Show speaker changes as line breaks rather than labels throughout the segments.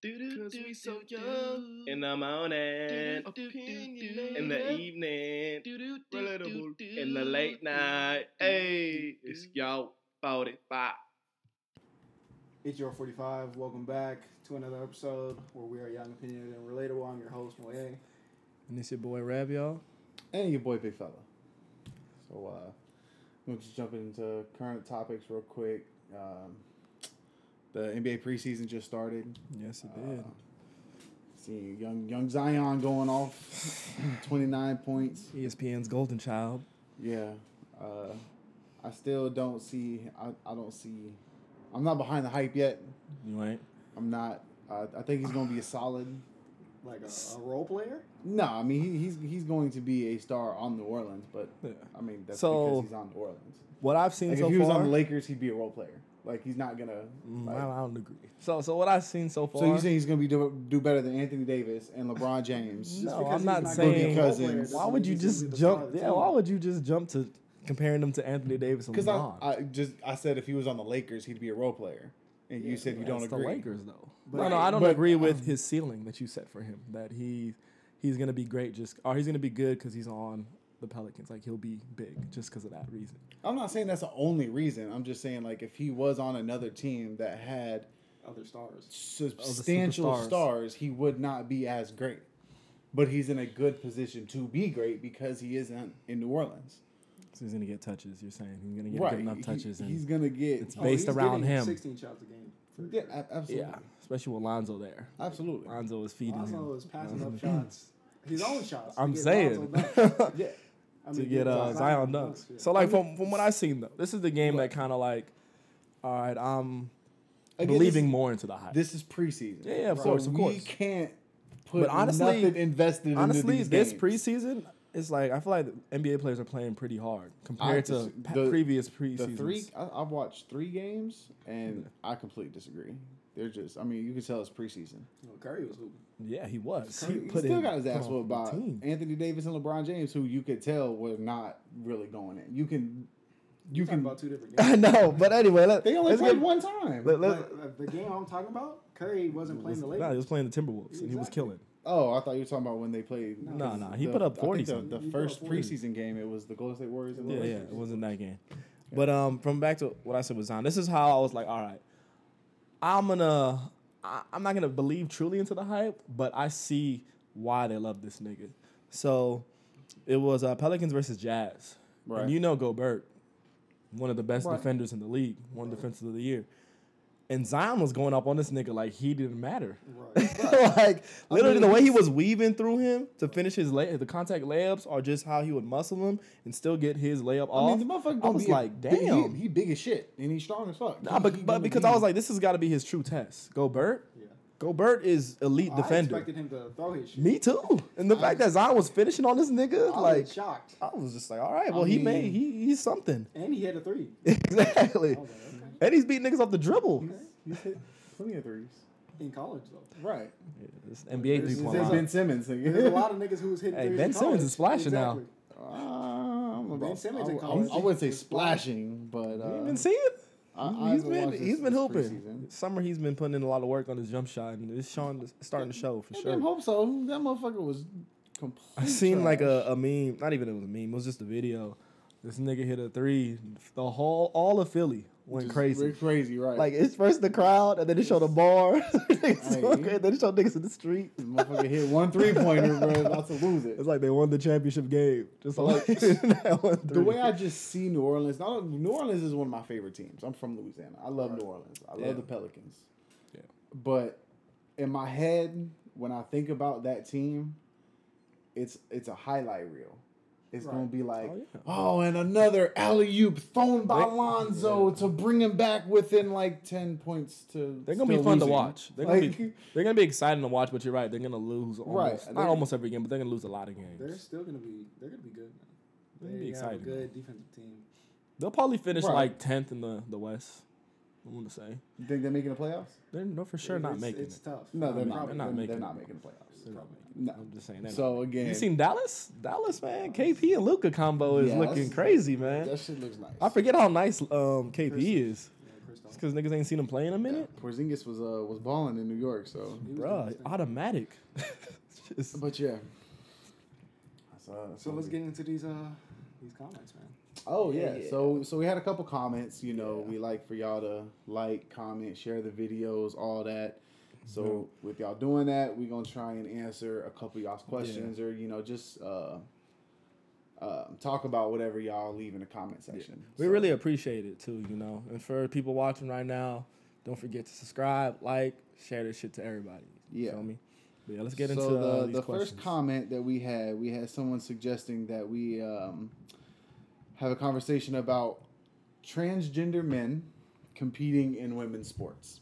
Cause we so young
in the morning, in the evening,
Relatable.
in the late night. Hey, it's y'all 45.
It's your 45. Welcome back to another episode where we are young, opinionated, and relatable. I'm your host, Moyang.
And it's your boy Rab, y'all.
And your boy, Big Fella. So, uh, we'll just jump into current topics real quick. Um, the NBA preseason just started.
Yes, it
Uh, seeing young young Zion going off 29 points.
did. ESPN's Golden Child.
Yeah. Uh, I still don't see, I, I don't see, I'm not behind the hype yet.
You ain't.
I'm not. Uh, I think he's going to be a solid.
Like a, a role player?
No, I mean he, he's he's going to be a star on New Orleans, but
Yeah.
I mean that's
So-
because he's on New Orleans.
What I've seen
Like
so
if he
far.
was on the Lakers, he'd be a role player. Like he's not gonna.
Mm,
like-
I don't- I don't agree. So, so what I've seen so far.
so you saying he's gonna be do, do better than Anthony Davis and LeBron James?
no,
because
I'm
he's
not
not
gonna be a
saying.
role player
Why
doesn't
would
mean
you
he's gonna
just
be the
jump?
star of the
Yeah,
team.
why would you just jump to comparing them to Anthony Davis and
Because I,
LeBron?
I just I said if he was on the Lakers, he'd be a role player, and you said you don't
That's
agree.
the Lakers, though.
But-
no, no, I don't
But-
agree with his ceiling that you set for him. That he he's gonna be great, just or he's gonna be good because he's on the Pelicans. Like he'll be big just because of that reason.
I'm not saying that's the only reason. I'm just saying like if he was on another team that had
Other stars.
substantial
superstars.
stars, he would not be as great. But he's in a good position to be great because he isn't in New Orleans.
So he's gonna get touches. You're saying he's gonna get good enough
He-
touches. and
he's gonna get.
it's
oh,
based
he's
around
getting
him.
16 shots a game. For
yeah, a- absolutely.
yeah, especially with Lonzo there.
Absolutely.
Lonzo is feeding
Lonzo
him.
is passing up shots. His own shots. to
I'm
get
saying
Lonzo back.
Yeah.
I
to
mean,
get uh, Zion dunks.
yeah.
So like from from what I've seen though, this is the game that kind of like, all right, I'm
Again,
believing more into the hype.
This, is- this is preseason.
Yeah, yeah, of
So
course, of
We
course.
can't put
But honestly-
nothing invested into
Honestly,
these
this
games.
preseason, it's like I feel like the NBA players are playing pretty hard compared to
dis-
pa-
the-
previous preseasons.
The three I, I've watched three games and I completely disagree. They're just I mean you can tell it's preseason.
Well, Curry was hooping.
Yeah, he was.
Curry-
He
he
He
put
still
in-
got his
put
ass
on
whooped by
14.
Anthony Davis and LeBron James, who you could tell were not really going in. You can, you
You talking
can.
about two different
I
games.
know, but anyway, let,
They only
let's
played
get-
one time.
Let, let,
But, uh, the game I'm talking about, Curry wasn't playing the
nah, he
Lakers.
was playing the Timberwolves and he was
Exactly.
killing.
oh, I thought you were talking about when they played.
No, no, he
the-
put up
I think
40
the-
something.
The,
He put up
first
40.
preseason game, it was the Golden State Warriors. And the
Yeah, yeah,
Lakers.
it wasn't that game. But um, from back to what I said with Zion, this is how I was like, all right, I'm gonna, I, I'm not gonna believe truly into the hype, but I see why they love this nigga. So it was uh, Pelicans versus Jazz,
Right.
and you know Gobert, one of the best
Right.
defenders in the league, one defensive of the year. And Zion was going up on this nigga like he didn't matter.
Right.
like literally,
mean,
the way he was weaving through him to finish his lay- the contact layups, or just how he would muscle him and still get his layup
I
off.
mean, the motherfucker.
I
gonna
was
be a
like,
big- he-
damn.
he, big as shit and he's strong as fuck.
Nah, but, but because I was like, this has got to be his true test. Gobert,
Yeah.
Gobert is elite
I
defender.
expected him to throw his shit.
Me too. And the fact that Zion was finishing on this nigga,
I
like
was shocked.
I was just like, all right, well he
mean-
made he he's something
And he had a three.
exactly.
I was like, okay.
And he's beating niggas off the dribble.
he's hit plenty of threes.
In college, though.
Right.
Yeah, this NBA
This
three
He's
is
point
his-
line.
Ben Simmons. nigga.
There's a lot of niggas who was hitting
Hey,
threes.
Ben
in
Simmons
college.
is splashing now.
Exactly.
Uh, I'm about-
Ben Simmons
I,
in
I-
college.
I wouldn't say splashing, but uh,
You been seeing?
I- I
he's
haven't
been
watched
he's
this-
been
this
hooping.
preseason.
Summer he's been putting in a lot of work on his jump shot and it's showing it's starting to show for
I
sure.
damn hope so. That motherfucker was complete.
I seen like
trash.
a, a meme. Not even it was a meme. It was just a video. This nigga hit a three. The whole all of Philly went
Just
crazy.
re- Crazy, right?
Like it's first the crowd, and then it showed a bar.
Hey.
and then it showed niggas in the street.
motherfucker hit one three pointer, bro. About to lose it.
It's like they won the championship game. Just like
Like,
that one
The
three.
way I just see New Orleans, not New Orleans is one of my favorite teams. I'm from Louisiana. I love New Orleans. I love
Yeah.
the Pelicans.
Yeah.
But in my head, when I think about that team, it's it's a highlight reel. It's
Right.
gonna be like,
Oh,
oh,
yeah.
and another alley oop thrown by
They-
Lonzo to bring him back within like ten points to.
they're gonna be
still
fun
losing.
to watch. They're gonna
Like-
be they're gonna be exciting to watch. But you're right. They're gonna lose almost
Right.
not almost every game, but they're gonna lose a lot of
They're
games.
still gonna be. They're gonna be good. Man.
They'll be
They have a
exciting.
good defensive team.
They'll probably finish
Right.
like tenth in the the West. I want to say
You think they're making the playoffs?
they're no for sure not
it's,
making
It's
it.
tough.
No, they're
mean,
not.
they're not
They're
making
they're
it.
not making the playoffs.
They're not
Probably.
No.
I'm just saying. they're not.
So again,
You seen Dallas? Dallas man, KP and Luca combo is
Yeah,
looking
that's-
crazy, man.
That shit looks nice.
I forget how nice um KP is.
Yeah, Chris though.
because niggas ain't seen him play in a minute.
Porzingis was uh was balling in New York, so.
He was doing
Bruh,
his thing.
automatic. It's just-
But yeah. That's, uh, that's
So
all
let's
we-
get into these uh these comments, man.
Oh yeah.
Yeah,
So so we had a couple comments. You know,
Yeah.
we like for y'all to like, comment, share the videos, all that. So
Mhm.
with y'all doing that, we're gonna try and answer a couple y'all's questions, or you know, just uh, uh, talk about whatever y'all leave in the comment section.
we
So-
really appreciate it too, you know. And for people watching right now, don't forget to subscribe, like, share this shit to everybody.
Yeah.
You feel me? But yeah, let's get into
so the,
uh, these
the
questions.
first comment that we had we had someone suggesting that we um, have a conversation about transgender men competing in women's sports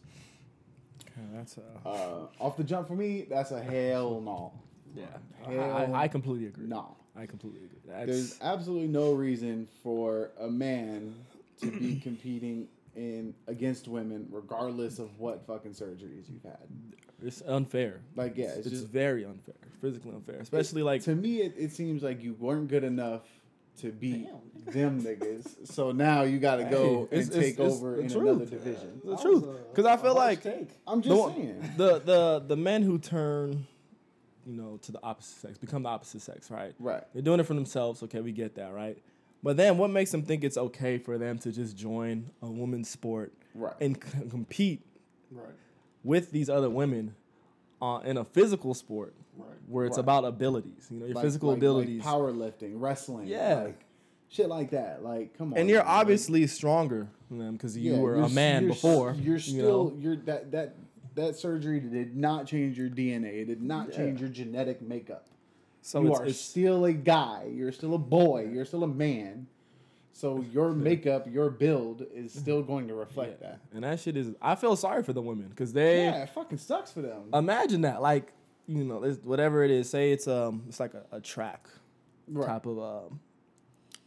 Okay, that's uh,
uh, off the jump for me that's a hell no
yeah. I,
Hell
I, I completely agree.
no
I completely agree.
there's
That's
absolutely no reason for a man to be competing in against women regardless of what fucking surgeries you've had
it's unfair.
like yeah
it's
it's, just
very unfair, physically unfair, especially like
to me it, it seems like you weren't good enough to beat
Damn.
them niggas so now you gotta go
Hey, it's-
and
it's-
take
it's
over
the
in
truth.
another division
the
That
truth,
was a-
'cause I
a
feel
harsh
like-
take.
i'm just
No,
saying
the the the men who turn, you know, to the opposite sex become the opposite sex, right?
right
They're doing it for themselves. Okay, we get that, right? But then, what makes them think it's okay for them to just join a woman's sport
right
and c- compete
Right,
with these other women uh, in a physical sport
right.
where it's
Right.
about abilities? You know, your
Like-
physical
like- like
abilities,
powerlifting wrestling
Yeah.
like, shit like that like come on
and you're
man.
obviously stronger than them because you
Yeah,
were
you're
a
s-
man
you're s-
before.
You're
you
still
know?
you're that that that surgery did not change your DNA. It did not
Yeah.
change your genetic makeup.
so
you
it's,
are
it's-
still a guy. You're still a boy. You're still a man. So your makeup, your build is still going to reflect
Mm-hmm. yeah.
that.
and that shit is. I feel sorry for the women because they.
Yeah, it fucking sucks for them.
imagine that like you know it's whatever it is say it's um it's like a, a track
Right.
type of um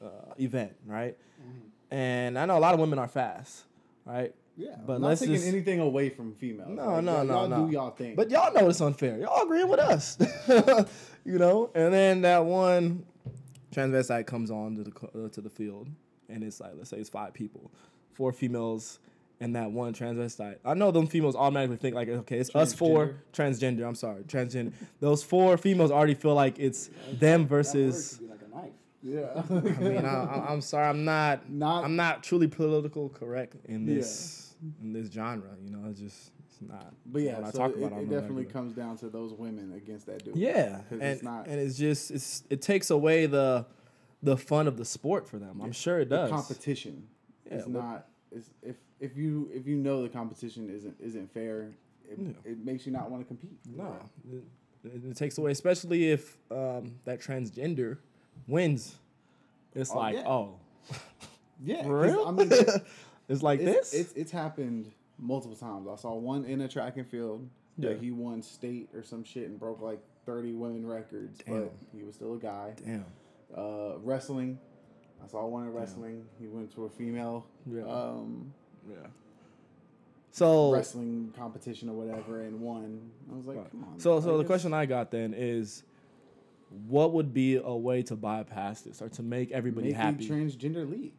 uh, event right
Mm-hmm.
and i know a lot of women are fast right
yeah,
but
I'm not
let's
taking
just-
anything away from females.
no
Like,
no
y'all-
no
y'all
no
do y'all thing.
but y'all know it's unfair y'all agreeing with us you know and then that one transvestite comes on to the co- uh, to the field and it's like let's say it's five people four females and that one transvestite i know them females automatically think like okay it's us four transgender i'm sorry transgender those four females already feel like it's them
That word
versus
could be like a knife.
yeah,
i mean I, I, i'm sorry i'm not,
Not-
i'm not truly political correct in this in this genre you know it's just it's not
but yeah,
when i
so
talk
it,
about it,
it
I'm not
definitely
regular.
comes down to those women against that dude.
Yeah,
'Cause
and
it's not-
and it's just it's it takes away the the fun of the sport for them. I'm sure it
the
does.
competition
Yeah,
is
well-
not is if if you if you know the competition isn't isn't fair it,
Yeah.
it makes you not want to compete
no, it, it- it takes away, especially if um, that transgender wins. It's
Oh,
like
yeah.
oh,
yeah 'cause,
for real?
i mean it's,
it's like
it's,
this.
it's it's happened multiple times i saw one in a track and field
Yeah.
that he won state or some shit and broke like 30 women records but
Damn.
he was still a guy
Damn.
uh wrestling i saw one in wrestling he went to a female
Yeah.
um
Yeah. So
wrestling competition or whatever and won i was like
Right.
come on
So,
like,
so the
it's-
question I got then is, what would be a way to bypass this or to make everybody
make a
happy?
transgender league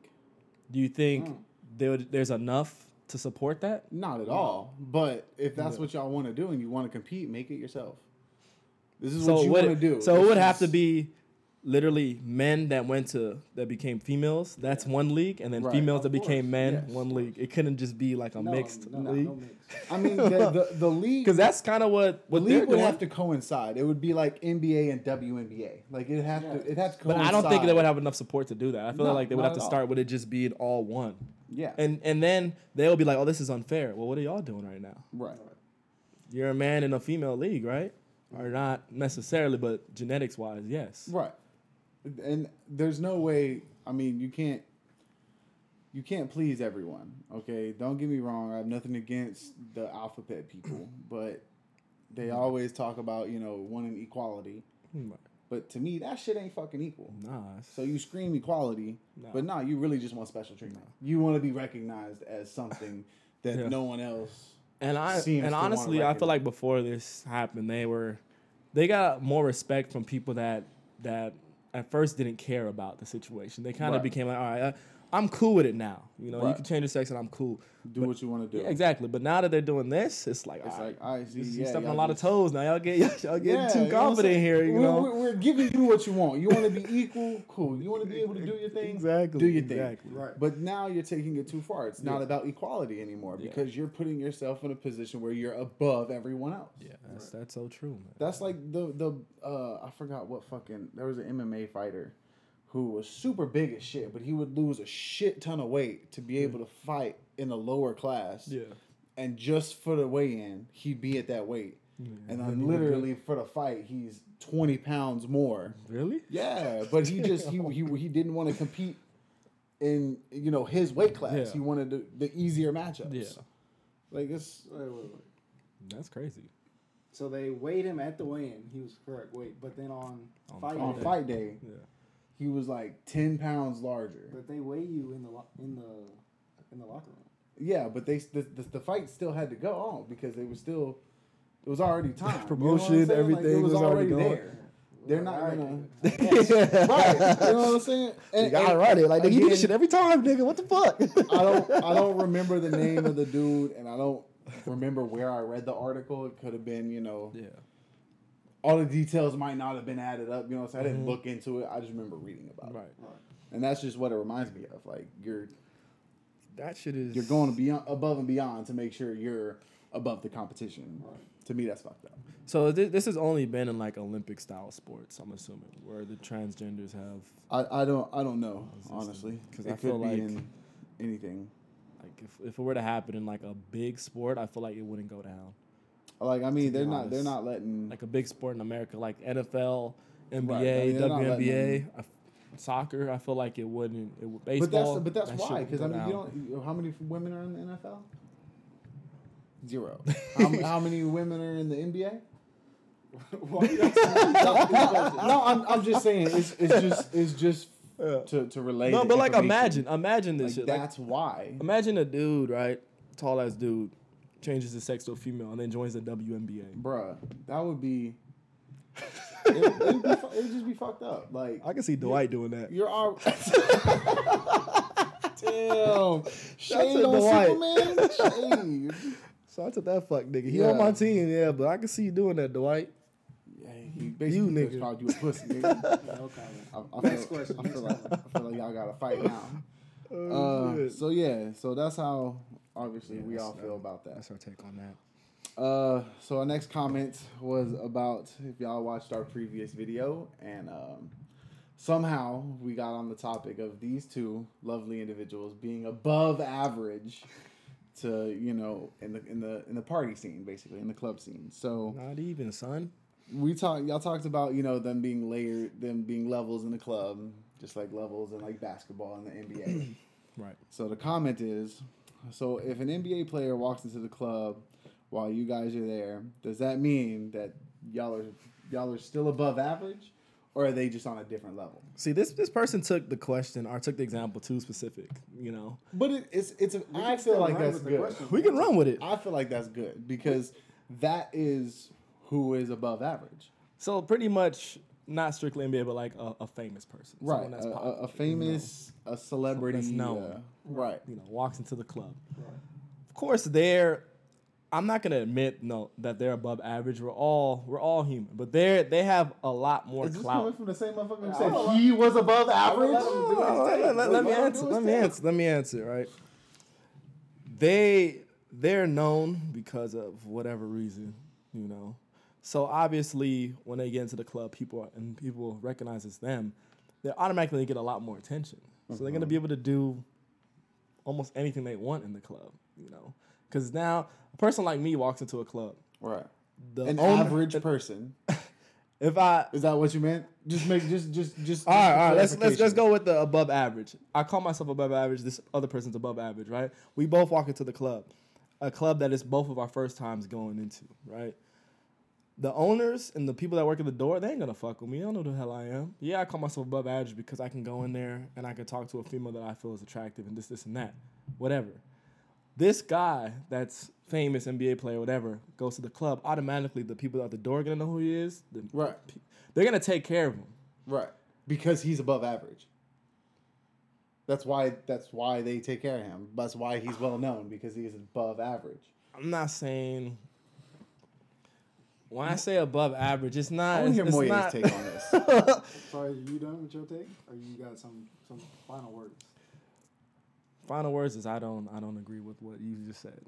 Do you think
Mm.
there would there's enough to support that?
Not at all. But if that's
Yeah.
what y'all want to do and you want to compete, make it yourself. This is
So
what
it
you
would
want to do.
so it
This
would have
is-
to be literally men that went to that became females. That's one league, and then
Right,
females that
of
became
course,
men.
yes.
One league. It couldn't just be like a
No,
mixed
no,
league
No mix.
I mean, the, the, the league.
because that's kind of what
the
what
league
they're
would
doing.
have to coincide. It would be like NBA and WNBA. Like it have
Yeah.
to. It have to
but
coincide.
I don't think they would have enough support to do that. I feel
No,
like they
not
would have
at
to
all.
start with it just being all one,
Yeah.
and and then they'll be like, "Oh, this is unfair." Well, what are y'all doing right now?
right.
You're a man in a female league, right? Or not necessarily, but genetics wise, yes.
Right. And there's no way. I mean, you can't. You can't please everyone. Okay. Don't get me wrong. I have nothing against the alphabet people, but they always talk about you know wanting equality.
Right.
But to me, that shit ain't fucking equal.
Hmm, Nah. it's-
So you scream equality,
No.
but nah, you really just want special treatment. You want to be recognized as something that
Yeah.
no one else.
And I
seems
and
to wanna
honestly, I
record it.
feel like before this happened, they were they got more respect from people that that at first didn't care about the situation. They kind of
Right.
became like, all right, uh, I'm cool with it now. You know, you
Right.
can change the sex and I'm cool.
Do what you want to do.
Yeah, exactly. But now that they're doing this, it's like,
It's
all right,
like, all right, see,
you
yeah,
stepping
y'all
on a lot
just-
of toes now. Y'all get y'all
Yeah,
getting too
you know what I'm
confident
saying?
here. You
We're-
know,
We're, we're giving you what you want. You want to be equal, cool. You want to be able to do your thing,
Exactly,
Do your thing,
exactly.
Right.
But now you're taking it too far. It's not about equality anymore
Yeah.
because you're putting yourself in a position where you're above everyone else.
yeah, that's that's so true, man.
That's like the the uh, I forgot what fucking there was an MMA fighter who was super big as shit, but he would lose a shit ton of weight to be able to fight in a lower class. And just for the weigh in, he'd be at that weight. And then literally for the fight, he's twenty pounds more.
Really?
Yeah, but he just he he he didn't want to compete in you know his weight class.
Yeah.
He wanted the, the easier matchups.
Yeah,
like it's
Wait, wait, wait.
that's crazy.
So they weighed him at the weigh-in. He was correct weight, but then on,
On
fight
on
day,
fight day
Yeah,
he was like ten pounds larger.
but they weigh you in the lo- in the in the locker
Oh,
room.
Yeah, but they the, the, the fight still had to go on because they were still it was already time. You know what I'm
Promotion,
saying? Like,
everything was already going.
They're not
Alright,
gonna-
dude.
right, you know what I'm saying? And, and again,
every time, nigga. What the fuck?
I don't I don't remember the name of the dude, and I don't remember where I read the article. It could have been you know
yeah,
all the details might not have been added up. You know, what I'm saying? I didn't look into it. I just remember reading about
Mm-hmm. right.
it, and that's just what it reminds me of. Like you're
That shit is.
you're going beyond above and beyond to make sure you're above the competition.
Right.
To me, that's fucked up.
So this, this has only been in like Olympic style sports. I'm assuming where the transgenders have
I, I don't I don't know honestly
Because
It
I feel
could be
like-
in anything.
like if, if it were to happen in like a big sport, I feel like it wouldn't go down.
Like I mean,
be
they're not they're
honest,
not letting
Like a big sport in America, like NFL, NBA,
mean, they're not letting
WNBA, I f- soccer. I feel like it wouldn't. It, would-
but that's
baseball.
but that's
that shit
why
wouldn't
because
go
I mean you
down.
don't you- how many women are in the NFL? Zero. how, how many women are in the NBA?
Why you asking me?
no, no, no, I'm, I'm just saying it's, it's just it's just
Yeah.
to to relate.
No,
the
but like
information.
imagine, imagine this
Like,
shit. Like,
that's why.
imagine a dude, right, tall ass dude, changes his sex to a female and then joins the WNBA.
Bruh, that would be. It, it'd, be fu- it'd just be fucked up. Like
I can see Dwight doing that.
you're all. Damn, shade
a delight.
on Superman. Shade.
So I took that fuck nigga. He
Yeah.
on my team, yeah, but I can see you doing that, Dwight.
Yeah, he basically
You
just
nigga.
called you a pussy. Nigga.
No comment.
I, I
Next
feel,
question,
I
next
feel like I feel like y'all got to fight now.
Oh,
Uh, so yeah, so that's how obviously we all feel about that.
our take on that.
Uh, so our next comment was about if y'all watched our previous video, and um, somehow we got on the topic of these two lovely individuals being above average to you know in the in the in the party scene basically in the club scene. So
Not even, son.
we talked y'all talked about you know them being layered, them being levels in the club, just like levels in like basketball in the NBA.
Right.
So the comment is, so if an NBA player walks into the club while you guys are there, does that mean that y'all are y'all are still above average, or are they just on a different level?
See, this this person took the question or took the example too specific. You know,
But it, it's it's a,
can
I
still
feel like
run
that's
with the
good.
question.
we can run with it.
I feel like that's good because that is who is above average,
So pretty much, not strictly NBA, but like a, a famous person,
right?
Someone that's
a, a-
popular,
a famous, a celebrity,
That's known.
uh, right?
you know, walks into the club.
Right.
Of course, they're. I'm not gonna admit no that they're above average. We're all we're all human, but they're they have a lot more
Is this
clout.
coming from the same motherfucker who
I
said
don't-
he was above
let him
average? Oh,
do
No,
his
let,
thing.
Oh, let- let
Let
me
him do
answer.
his
Let me
thing.
answer. Let me answer. Right. They they're known because of whatever reason, you know. So obviously, when they get into the club, people are, and people recognize it's them. They automatically get a lot more attention. So they're gonna be able to do almost anything they want in the club, you know. Because now a person like me walks into a club.
Right.
The
An
owner-
average person.
If I
Is that what you meant? Just make just just just.
All right, all right. Let's let's let's go with the above average. I call myself above average. This other person's above average, right? We both walk into the club, a club that is both of our first times going into, right? The owners and the people that work at the door, they ain't gonna fuck with me. They don't know who the hell I am. Yeah, I call myself above average because I can go in there and I can talk to a female that I feel is attractive and this, this, and that, whatever. This guy that's famous NBA player, whatever, goes to the club. Automatically, the people at the door are gonna know who he is. The-
Right,
They're gonna take care of him.
right. Because he's above average. That's why. That's why they take care of him. That's why he's well known because he is above average.
I'm not saying. When I say above average, it's not.
I want
it's,
to hear
it's
Moya's
not-
take on this.
So are you done with your take, or you got some some final words?
Final words is I don't I don't agree with what you just said.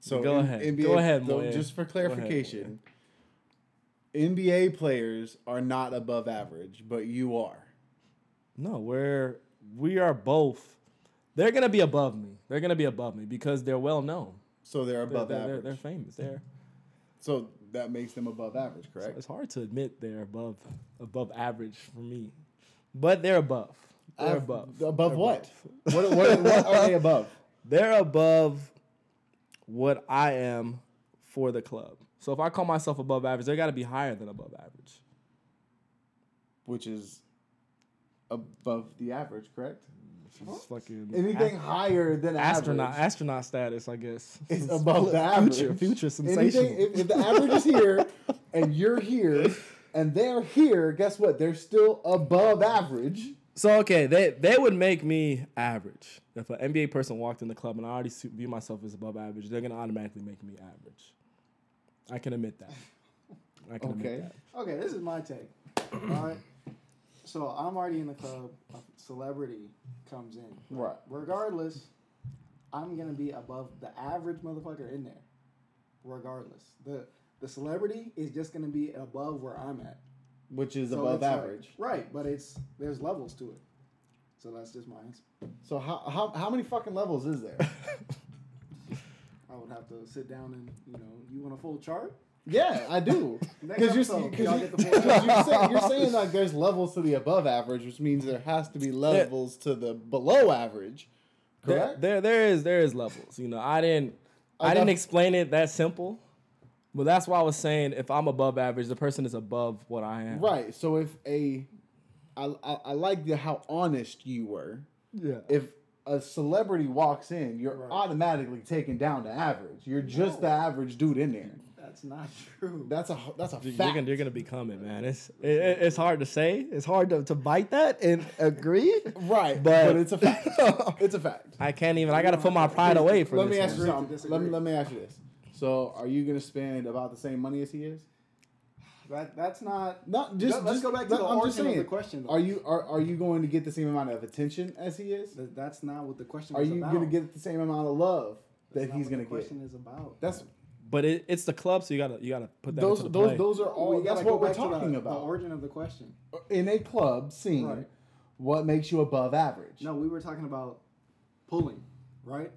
So
Go
N-
ahead.
NBA,
Go ahead,
though,
Moya.
Just for
Go ahead, Moya.
clarification, NBA players are not above average, but you are.
No, we're we are both. They're gonna be above me. They're gonna be above me because they're well known.
So they're
They're,
above
they're, they're,
average.
they're famous. They're
so that makes them above average,
so
correct?
it's hard to admit they're above above average for me, but they're above. They're
Av-
above.
Above
They're
what?
above.
what, what? What are they above?
They're above what I am for the club. So if I call myself above average, they got to be higher than above average.
Which is above the average, correct?
Which is fucking
Anything higher than
astronaut
average
astronaut status, I guess.
is above the average.
Future, future sensation.
Anything, if, if the average is here and you're here and they're here, guess what? They're still above average.
So okay, they they would make me average. If an NBA person walked in the club and I already see- view myself as above average, they're gonna automatically make me average. I can admit that. I can
Okay.
admit that.
Okay, this is my take. All right. So I'm already in the club. A celebrity comes in.
Right.
Regardless, I'm gonna be above the average motherfucker in there. Regardless, the the celebrity is just gonna be above where I'm at.
Which is
So
above
it's like-
average.
right, but it's there's levels to it. So that's just my answer.
So how, how how many fucking levels is there?
I would have to sit down and you know you want a full chart.
yeah, I do.
Next
Because you're,
episode,
cause
y'all
you,
get the full
'cause
chart.
you're, saying, you're saying like there's levels to the above average, which means there has to be levels to the below average.
There,
Correct.
there there is there is levels. You know, I didn't I,
I
didn't
def-
explain it that simple. But that's why I was saying if I'm above average, the person is above what I am.
Right. So if a, I I, I like the, how honest you were.
Yeah.
If a celebrity walks in, you're
Right.
automatically taken down to average. You're just the average dude in there.
That's not true.
That's a that's a
You're
fact.
gonna, you're gonna become it, man. It's it, it- it's hard to say. It's hard to, to bite that and agree.
right,
But-
but, it's a fact. it's a fact.
I can't even. I gotta put my pride away for
let
this.
me ask
one.
you
one.
something. Let me, let me ask you this. So, are you gonna spend about the same money as he is?
That that's not.
Not just.
Let- let's
just-
go back to
no,
the
I'm just
origin of
saying,
the question, though.
Are you are, are you going to get the same amount of attention as he is?
That, that's not what the question.
Are
was
you
about.
gonna get the same amount of love that
That's
he's
not
gonna
what the
get?
Question is about
That's
But it, it's the club, so you gotta you gotta put that
those
into the
those
play.
those are all.
We gotta
that's
go
what we're
back to the-
talking
The
about.
origin of the question.
In a club scene,
Right.
what makes you above average?
No, we were talking about pulling, right?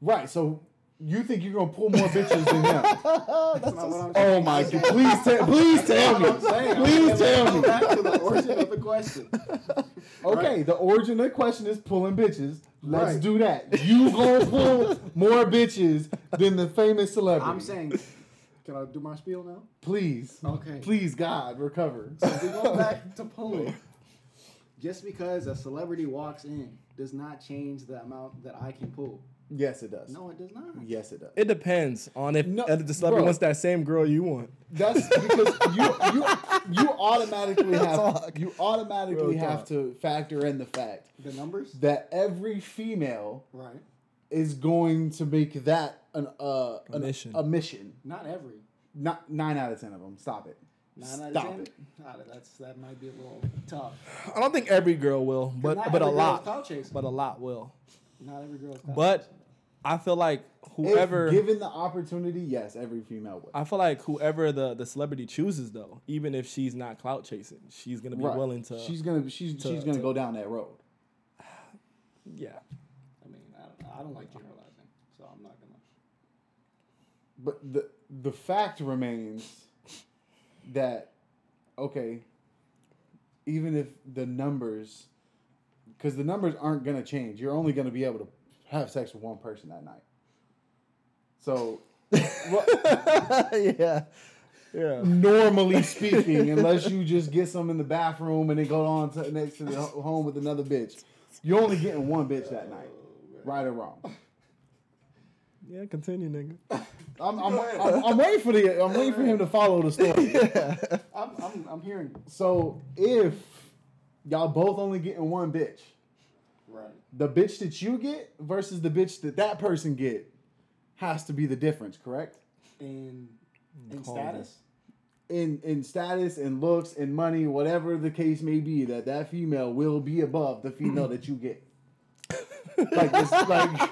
Right. So you think you're gonna pull more bitches than him?
That's not what I'm saying.
Oh my! God. Please tell. Please tell me.
I'm saying, I'm saying
Please tell
go
me.
Back to the origin of the question.
Okay, the origin of the question is pulling bitches. Let's
Right.
do that. You gonna pull more bitches than the famous celebrity.
I'm saying, can I do my spiel now?
please,
Okay.
please, God, recover.
If we go back to pulling. Just because a celebrity walks in does not change the amount that I can pull.
yes, it does.
No, it does not.
Yes, it does.
It depends on if,
No,
if the celebrity
bro.
wants that same girl you want.
That's because you you you automatically have
Talk.
you automatically
Real
have
talk.
to factor in the fact
The numbers,
that every female
right?
is going to make that an uh an,
mission.
a mission.
Not every.
Not nine out of ten of them. Stop it.
Nine out of
Stop
ten.
it.
Nah, that's that might be a little tough.
I don't think every girl will, but
not
but a
every girl
lot,
is clout chasing.
but a lot will.
Not every girl. is clout
But
chasing.
I feel like
If
whoever
given the opportunity, yes, every female would.
I feel like whoever the, the celebrity chooses though, even if she's not clout chasing, she's gonna be
Right.
willing to.
She's gonna she's she's gonna
to-
go down that road.
yeah.
I mean, I don't, I don't like generalizing, so I'm not gonna.
But the the fact remains that okay, even if the numbers, because the numbers aren't gonna change, you're only gonna be able to have sex with one person that night. So, what-
yeah. Yeah.
normally speaking, unless you just get some in the bathroom and then go on to next to the ho- home with another bitch, you're only getting one bitch that night, right or wrong.
Yeah. Continue, nigga.
I'm, I'm, I'm, I'm waiting for the I'm waiting for him to follow the story.
I'm, I'm, I'm hearing
So if y'all both only getting one bitch,
Right.
The bitch that you get versus the bitch that that person get has to be the difference, correct?
And and
Call
status.
In in status and looks and money, whatever the case may be, that that female will be above the female that you get. like this, like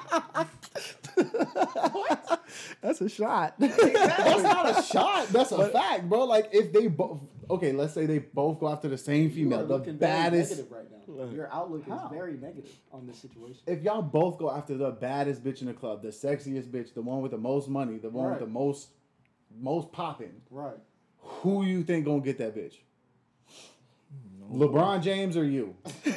That's a shot.
that's not a shot. That's a fact, bro. Like if they both okay, let's say they both go after the same
You are
female, the
looking
baddest.
Very negative right now. Your outlook
How?
is very negative on this situation.
If y'all both go after the baddest bitch in the club, the sexiest bitch, the one with the most money, the one
Right.
with the most most popping,
Right.
who you think gonna get that bitch? LeBron James or you?
It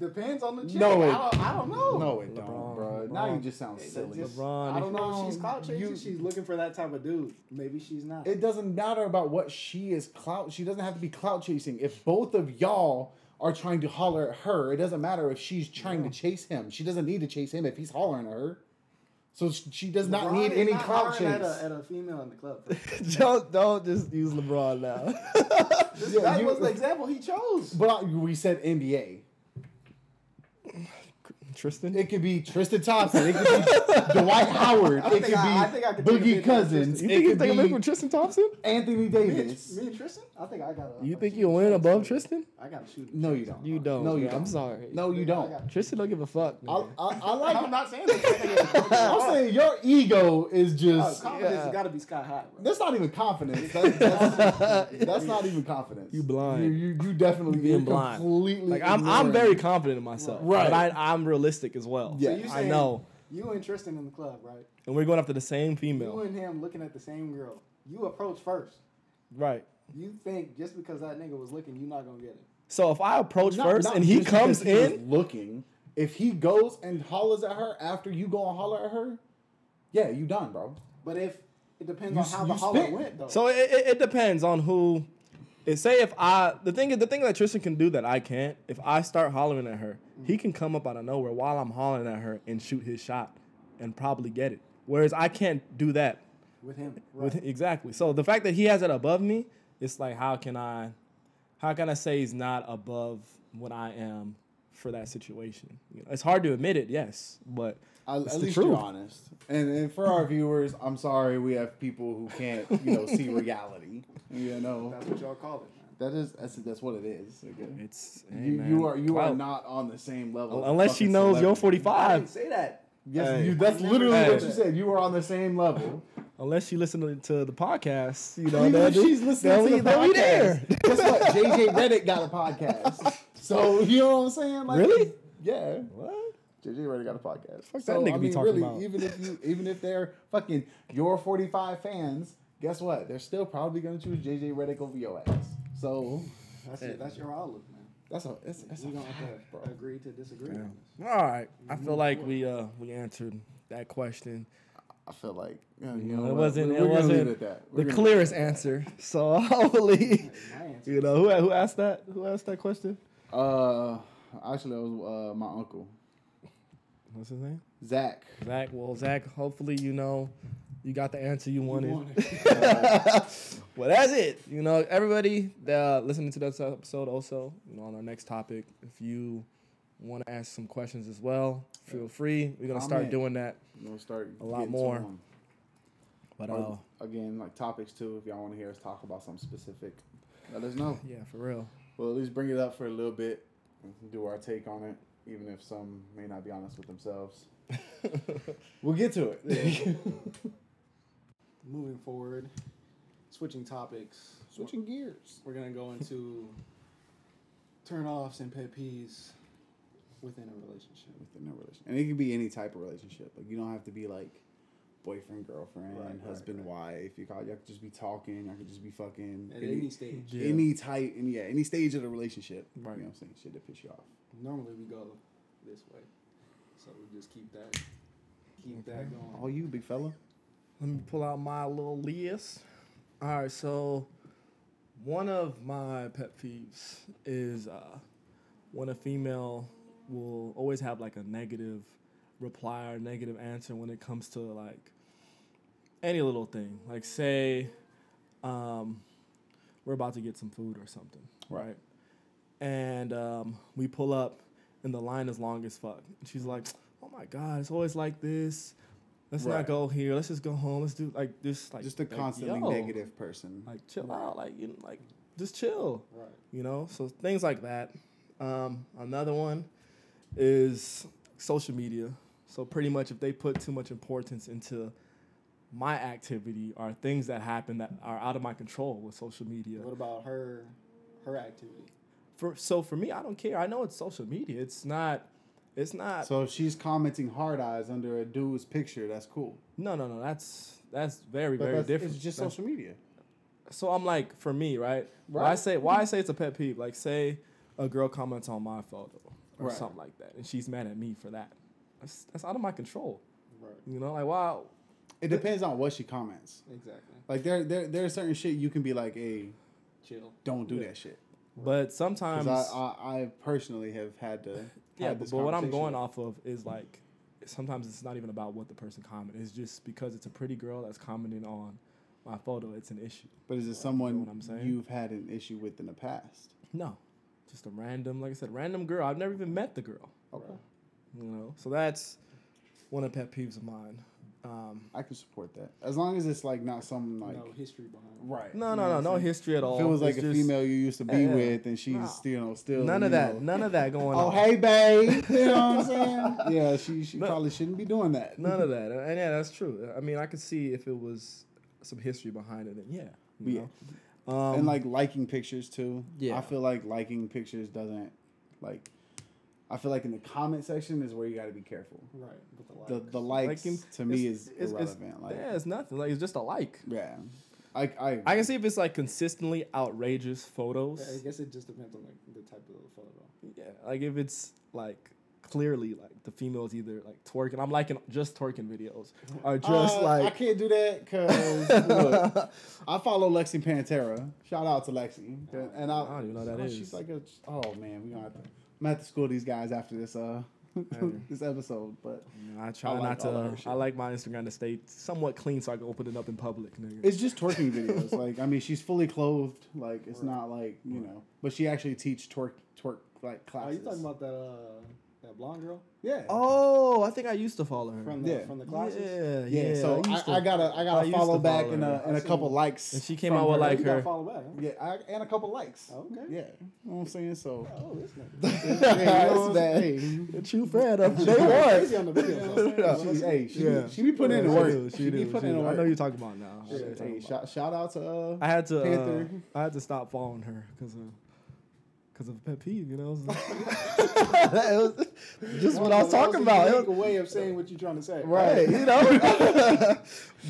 depends on the chick.
No, it-
I, don't, I don't know.
No, it
LeBron,
don't, bro. Now you
LeBron.
just sound
It
silly.
just-
LeBron.
I don't know. If she's
No,
clout chasing.
you-
she's looking for that type of dude. Maybe she's not.
It doesn't matter about what she is clout. She doesn't have to be clout chasing. If both of y'all are trying to holler at her, it doesn't matter if she's trying to chase him. She doesn't need to chase him if he's hollering at her. So sh- she does not
LeBron
need
is
any
not
clout
hiring
chase.
At a, at a female in the club.
don't don't just use LeBron now.
This,
Yeah,
that
you-
was the example he chose.
But I- we said NBA.
Tristan.
It could be Tristan Thompson. It could be Dwight Howard.
I
It could
think
be
I- I think I could think of it
Boogie
as
Cousins.
you
It
think you
could
think I'm
be
with Tristan Thompson?
Anthony
Me and,
Davis.
me and Tristan? I think I got a.
You
a
think
shooting
you'll win
chance
above
here.
Tristan?
I got a shooting.
No,
chance.
you don't.
You don't.
No, you
bro. I'm
don't.
sorry.
No, you don't.
I got-
Tristan don't give a fuck.
I,
nigga.
I, I like.
I'm not saying that.
I'm saying your ego is
Uh,
just.
confidence
Yeah.
has got to be sky high, bro.
That's not even confidence. That, that's, that's not even confidence.
You blind.
You, you, you definitely
being
being
blind.
completely.
like I'm, I'm
ignoring-
very confident in myself.
Right.
But I, I'm realistic as well.
Yeah. So
you
I
saying-
know.
You and Tristan in the club, right?
And we're going after the same
You
female.
and him looking at the same girl. You approach first.
Right.
You think just because that nigga was looking, you're not gonna get it.
So if I approach
Not-
first
not
and he
just because
comes
was
in,
looking. If he goes and hollers at her after you go and holler at her, yeah, you done, bro.
But if it depends
You
on
s-
how
you
the holler
spit.
went, though.
so it, it, it depends on who. It, say if I the thing is the thing that Tristan can do that I can't. If I start hollering at her, he can come up out of nowhere while I'm hollering at her and shoot his shot, and probably get it. Whereas I can't do that
with him, right?
With, exactly. So the fact that he has it above me, it's like how can I, how can I say he's not above what I am for that situation? You know, it's hard to admit it, yes, but
I,
it's
at
the
least
truth.
you're honest. And, and for our viewers, I'm sorry we have people who can't, you know, see reality. You know,
That's what y'all call it, man.
that is that's, that's what it is. okay?
It's hey,
You,
man,
you are you are
clout.
not on the same level. as
unless she
fucking
knows you're
celebrities.
45.
say that.
Yes,
Hey.
you, that's
I never
literally
said
what you
that.
said. You were on the same level.
Unless she listened to the podcast, you know,
Even
then
if
we-
she's listening to
then we-
the
then we
podcast.
there.
Guess what? JJ Reddick got a podcast. So you know what I'm saying? Like,
Really?
Yeah.
What?
JJ Reddick got a podcast. Fuck
that nigga be talking about.
Even if you, even if they're fucking your 45 fans, guess what? They're still probably gonna choose JJ Reddick over your ass. So
That's it. That's your outlook, man.
that's a that's, that's
we
a
don't
fact,
have
bro.
to agree to disagree. on this.
All right, I feel
Mm,
like we uh we answered that question.
I feel like uh,
You
you know
know, Mm, it
what?
wasn't
We're-
it
we're gonna leave
wasn't
it at that. We're
the
gonna leave it
clearest
at that.
answer. So hopefully.
My answer.
You know who who asked that? Who asked that question?
Uh, actually, that was uh my uncle
What's his name?
Zach.
Zach. Well, Zach. Hopefully, you know, you got the answer you wanted. well, that's it. You know, everybody that uh, listening to this episode, also, you know, on our next topic, if you want to ask some questions as well, feel free. We're gonna
Comment.
start doing that.
I'm gonna start
A lot
getting to
more.
him.
But uh,
Or, again, like topics too. If y'all want to hear us talk about something specific, let us know.
yeah, for real.
We'll at least bring it up for a little bit, and do our take on it, even if some may not be honest with themselves. we'll get to it.
Moving forward, switching topics.
Switching gears.
We're gonna go into turn-offs and pet peeves within a relationship.
Within a relationship, and it can be any type of relationship. Like you don't have to be like boyfriend, girlfriend,
Right, right,
husband, wife. You call. Y'all could just be talking. Y'all could just be fucking.
At
Any-
any stage,
Yeah.
Any type, any yeah, any stage of the relationship.
Right.
You know what I'm saying? Shit that piss you off.
normally we go this way, so we just keep that, keep that going.
All you, big fella.
Let me pull out my little list. All right, so one of my pet peeves is uh, when a female will always have like a negative reply or negative answer when it comes to like any little thing. Like, say, um, we're about to get some food or something,
Right.
right? And um, we pull up and the line is long as fuck. And she's like, oh my god, it's always like this. Let's
Right.
not go here. Let's just go home. Let's do like this. Like
Just a
like,
constantly
yo,
negative person.
Like chill out. Like you like just chill.
Right.
You know. So things like that. Um, another one is social media. So pretty much, if they put too much importance into my activity or things that happen that are out of my control with social media,
What about her her activity?
for so for me, I don't care. I know it's social media. It's not. It's not.
So if she's commenting hard eyes under a dude's picture, that's cool.
no, no, no. That's that's very
But
very
that's,
different.
it's just
That's-
social media.
so I'm like, for me, right? Why I
Right.
say why I say it's a pet peeve? Like, say a girl comments on my photo or
Right.
something like that, and she's mad at me for that. That's that's out of my control.
Right.
You know, like wow,
It depends on what she comments.
Exactly.
Like there, there, there are certain shit you can be like, "Hey,
Chill.
don't do
Yeah.
that shit."
but sometimes
Because I, I, I personally have had to.
yeah.
had
But,
this
but what I'm
conversation.
going off of is like sometimes it's not even about what the person commented. It's just because it's a pretty girl that's commenting on my photo. It's an issue.
But is it
know
someone
what I'm saying?
you've had an issue with in the past?
No, just a random, like I said, random girl. I've never even met the girl.
Okay.
You know, so that's one of pet peeves of mine. Um,
I can support that as long as it's like not something like
no history behind.
right.
No,
You know
no,
what
no,
I'm
no
saying?
history at all.
If it was
It's
like a
just
female you used to be
Yeah.
with, and she's
Nah.
still, you know, still
None of
you
that.
know,
None of that going
Oh
on.
hey babe, you know what I'm saying? Yeah, she she
No.
probably shouldn't be doing that.
None of that. And yeah, that's true. I mean, I could see if it was some history behind it. Then yeah, you know? Um,
and like liking pictures too.
Yeah.
I feel like liking pictures doesn't like. I feel like in the comment section is where you got to be careful.
Right. With the
The
likes.
the likes
Liking-
to me
it's-
is
it's- it's-
irrelevant. like
yeah, it's nothing. Like it's just a like.
yeah, I I,
I can see if it's like consistently outrageous
I
photos.
guess it just depends on like the type of the photo. Oh,
Yeah, like if it's like clearly like the female's either like twerking. I'm liking just twerking videos or just
Uh, I
like.
can't do that because look, I follow Lexi Pantera. Shout out to Lexi, and I,
I don't even know who that
oh,
is.
She's like a oh man, we gonna have to. I'm gonna have to school these guys after this uh this episode, but
I try
I like
not
all of
to.
her shit.
I like my Instagram to stay somewhat clean so I can open it up in public. Nigga.
It's just twerking videos. like I mean, she's fully clothed. Like it's not like you know, but she actually teach twerk twerk like
Are
classes.
Oh, you talking about that uh that blonde girl
yeah.
Oh, I think I used to follow her.
from the
Yeah.
from the classes?
yeah,
yeah,
yeah.
So
used
I,
to-
I got a I got
I
a
used
follow
to
back
follow
and a
her.
and a
I've
couple
seen-
likes.
and she came
from
out with
her.
like
You gotta
her.
follow back. Huh?
yeah, I, and a couple likes.
Okay.
Yeah, you know what I'm saying. So
Oh, this nigga.
yeah, you know what I'm saying?
A true fan of day
Crazy on the video.
Hey, she, hey, she, be, she be putting in the
Yeah,
work.
do,
She,
do,
be
she
putting in
do.
the
I know
work.
you're talking about now. I know you're talking
Hey,
about.
shout, shout out to uh,
I had to. Uh,
Panther.
I had to stop following her because of. Because of a pet peeve, you know, it was, it was just what I was talking about. It was-
a way of saying what you're trying to say.
right you know